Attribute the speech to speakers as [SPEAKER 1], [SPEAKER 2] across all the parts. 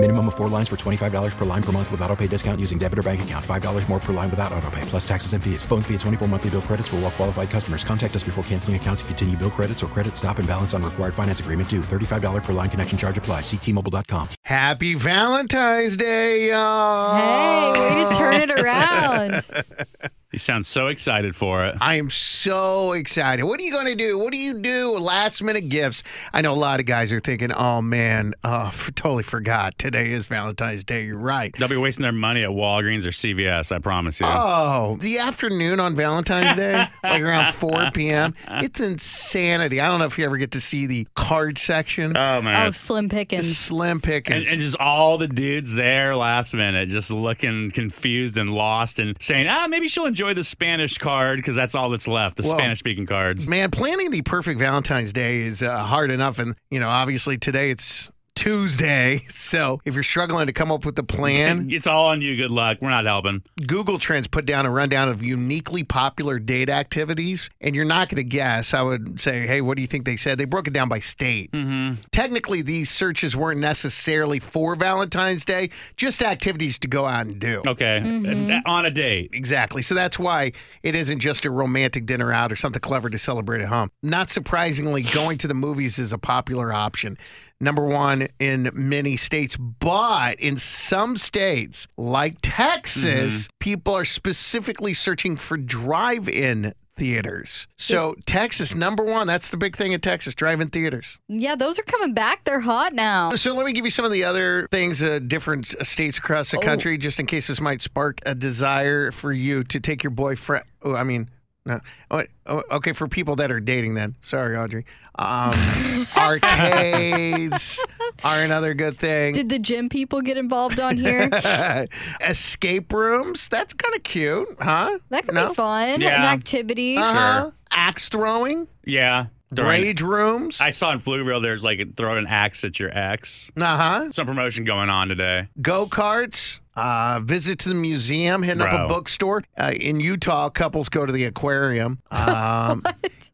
[SPEAKER 1] Minimum of four lines for $25 per line per month with auto pay discount using debit or bank account. $5 more per line without auto pay, plus taxes and fees. Phone fee at 24 monthly bill credits for all well qualified customers. Contact us before canceling account to continue bill credits or credit stop and balance on required finance agreement due. $35 per line connection charge apply. Ctmobile.com.
[SPEAKER 2] Happy Valentine's Day, y'all.
[SPEAKER 3] Hey, way to turn
[SPEAKER 2] Oh.
[SPEAKER 3] it around.
[SPEAKER 4] He sounds so excited for it.
[SPEAKER 2] I am so excited. What are you going to do? What do you do? Last minute gifts. I know a lot of guys are thinking, oh man, uh, f- totally forgot. Today is Valentine's Day. You're right.
[SPEAKER 4] They'll be wasting their money at Walgreens or CVS, I promise you.
[SPEAKER 2] Oh, the afternoon on Valentine's Day, like around 4 p.m. It's insanity. I don't know if you ever get to see the card section.
[SPEAKER 4] Oh, man.
[SPEAKER 3] Oh, slim pickings.
[SPEAKER 2] Slim
[SPEAKER 4] and,
[SPEAKER 2] pickings.
[SPEAKER 4] and just all the dudes there last minute, just looking confused and lost and saying, ah, maybe she'll enjoy the Spanish card because that's all that's left the
[SPEAKER 2] Well,
[SPEAKER 4] Spanish speaking cards.
[SPEAKER 2] Man, planning the perfect Valentine's Day is uh, hard enough. And, you know, obviously today it's Tuesday. So if you're struggling to come up with a plan,
[SPEAKER 4] It's all on you. Good luck. We're not helping.
[SPEAKER 2] Google Trends put down a rundown of uniquely popular date activities. And you're not going to guess. I would say, hey, what do you think they said? They broke it down by state. Technically, these searches weren't necessarily for Valentine's Day, just activities to go out and do.
[SPEAKER 4] Okay. Uh, On a date.
[SPEAKER 2] Exactly. So that's why it isn't just a romantic dinner out or something clever to celebrate at home. Not surprisingly, going to the movies is a popular option. Number one in many states, but in some states like Texas, people are specifically searching for drive in theaters. So, Texas, number one, that's the big thing in Texas drive in theaters.
[SPEAKER 3] Yeah, those are coming back. They're hot now.
[SPEAKER 2] So let me give you some of the other things uh, different s- states across the country, just in case this might spark a desire for you to take your boyfriend. Oh, I mean, no. Oh, oh, okay, for people that are dating, then. Sorry, Audrey. Um, arcades are another good thing.
[SPEAKER 3] Did the gym people get involved on here?
[SPEAKER 2] Escape rooms. That's kind of cute, huh?
[SPEAKER 3] That could
[SPEAKER 2] No?
[SPEAKER 3] be fun. An
[SPEAKER 4] Yeah.
[SPEAKER 3] activity.
[SPEAKER 2] Uh-huh. Axe throwing.
[SPEAKER 4] Yeah. During-
[SPEAKER 2] Rage rooms.
[SPEAKER 4] I saw in Flugville there's like throw an axe at your ex.
[SPEAKER 2] uh huh.
[SPEAKER 4] Some promotion going on today.
[SPEAKER 2] go karts, uh, visit to the museum, hitting up
[SPEAKER 4] Bro.
[SPEAKER 2] a bookstore. Uh, in Utah, couples go to the aquarium. Um,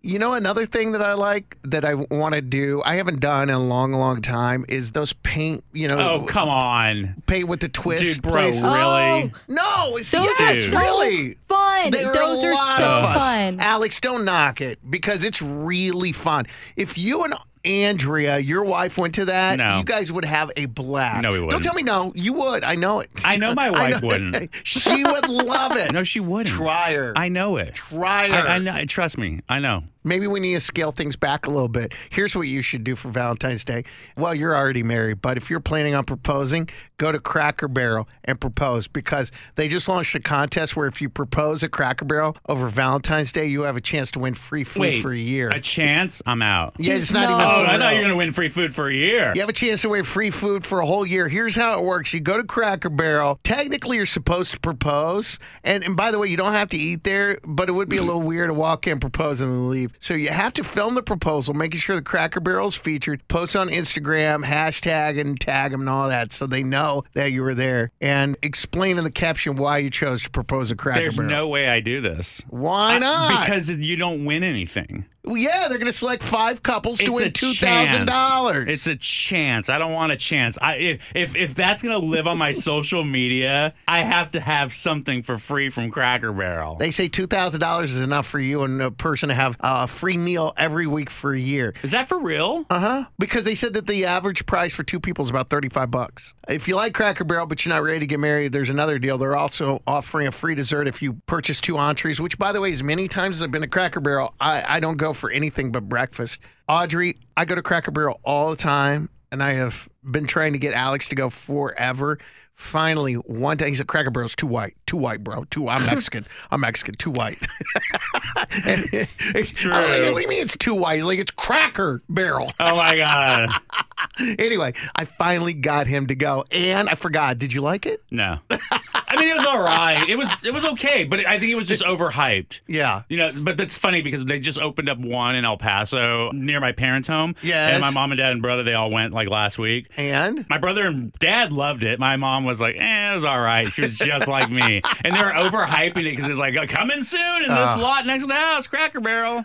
[SPEAKER 2] you know, another thing that I like that I want to do, I haven't done in a long, long time, is those paint, you know,
[SPEAKER 4] Oh, come on.
[SPEAKER 2] paint with the twist.
[SPEAKER 4] Dude, bro,
[SPEAKER 2] places.
[SPEAKER 4] really?
[SPEAKER 2] No, it's
[SPEAKER 3] Those
[SPEAKER 2] yes,
[SPEAKER 3] are so
[SPEAKER 2] really.
[SPEAKER 3] fun.
[SPEAKER 2] They are
[SPEAKER 3] Those
[SPEAKER 2] a
[SPEAKER 3] are
[SPEAKER 2] lot
[SPEAKER 3] so
[SPEAKER 2] of
[SPEAKER 3] fun.
[SPEAKER 2] Alex, don't knock it because it's really fun. If you and Andrea, your wife, went to that,
[SPEAKER 4] No.
[SPEAKER 2] you guys would have a blast.
[SPEAKER 4] No, we
[SPEAKER 2] Don't
[SPEAKER 4] wouldn't.
[SPEAKER 2] tell me no. You would. I know it.
[SPEAKER 4] I know my wife wouldn't.
[SPEAKER 2] she would love it.
[SPEAKER 4] No, she wouldn't.
[SPEAKER 2] Try her.
[SPEAKER 4] I know it.
[SPEAKER 2] Try her.
[SPEAKER 4] I, I know. Trust me. I know.
[SPEAKER 2] Maybe we need to scale things back a little bit. Here's what you should do for Valentine's Day. Well, you're already married, but if you're planning on proposing, go to Cracker Barrel and propose because they just launched a contest where if you propose at Cracker Barrel over Valentine's Day, you have a chance to win free food
[SPEAKER 4] Wait,
[SPEAKER 2] for a year.
[SPEAKER 4] A chance? I'm out.
[SPEAKER 2] yeah, it's not
[SPEAKER 3] No.
[SPEAKER 2] even.
[SPEAKER 4] Oh,
[SPEAKER 2] food at
[SPEAKER 4] I
[SPEAKER 2] all.
[SPEAKER 4] thought you were going to win free food for a year.
[SPEAKER 2] You have a chance to win free food for a whole year. Here's how it works. You go to Cracker Barrel. Technically, you're supposed to propose. And, and by the way, you don't have to eat there, but it would be a little weird to walk in, propose, and then leave. So you have to film the proposal, making sure the Cracker Barrel's featured, post on Instagram, hashtag and tag them and all that so they know that you were there, and explain in the caption why you chose to propose at Cracker
[SPEAKER 4] There's
[SPEAKER 2] Barrel.
[SPEAKER 4] no way I do this.
[SPEAKER 2] why not?
[SPEAKER 4] Because you don't win anything.
[SPEAKER 2] Well, yeah, they're going to select five couples to
[SPEAKER 4] it's
[SPEAKER 2] win
[SPEAKER 4] a
[SPEAKER 2] two thousand
[SPEAKER 4] chance.
[SPEAKER 2] dollars.
[SPEAKER 4] It's a chance. I don't want a chance. I if if, if that's gonna live on my social media, I have to have something for free from Cracker Barrel.
[SPEAKER 2] They say two thousand dollars is enough for you and a person to have uh, a free meal every week for a year.
[SPEAKER 4] Is that for real?
[SPEAKER 2] Uh huh. Because they said that the average price for two people is about thirty-five bucks. If you like Cracker Barrel but you're not ready to get married, there's another deal. They're also offering a free dessert if you purchase two entrees. Which, by the way, as many times as I've been to Cracker Barrel, I, I don't go for anything but breakfast. Audrey, I go to Cracker Barrel all the time, and I have been trying to get Alex to go forever. Finally, one day he's at Cracker Barrel's too white, too white, bro, too. I'm Mexican. I'm Mexican. Too white. it's
[SPEAKER 4] true.
[SPEAKER 2] Like, what do you mean it's too white? He's like it's Cracker Barrel.
[SPEAKER 4] Oh my god.
[SPEAKER 2] Anyway, I finally got him to go, and I forgot. Did you like it?
[SPEAKER 4] No. I mean, it was all right. It was it was okay, but I think it was just overhyped.
[SPEAKER 2] Yeah.
[SPEAKER 4] You know, but that's funny because they just opened up one in El Paso near my parents' home.
[SPEAKER 2] Yes.
[SPEAKER 4] And my mom and dad and brother, they all went like last week.
[SPEAKER 2] And
[SPEAKER 4] My brother and dad loved it. My mom was like, eh, it was all right. She was just like me. And they were overhyping it because it's like, coming soon in this lot next to the house, Cracker Barrel.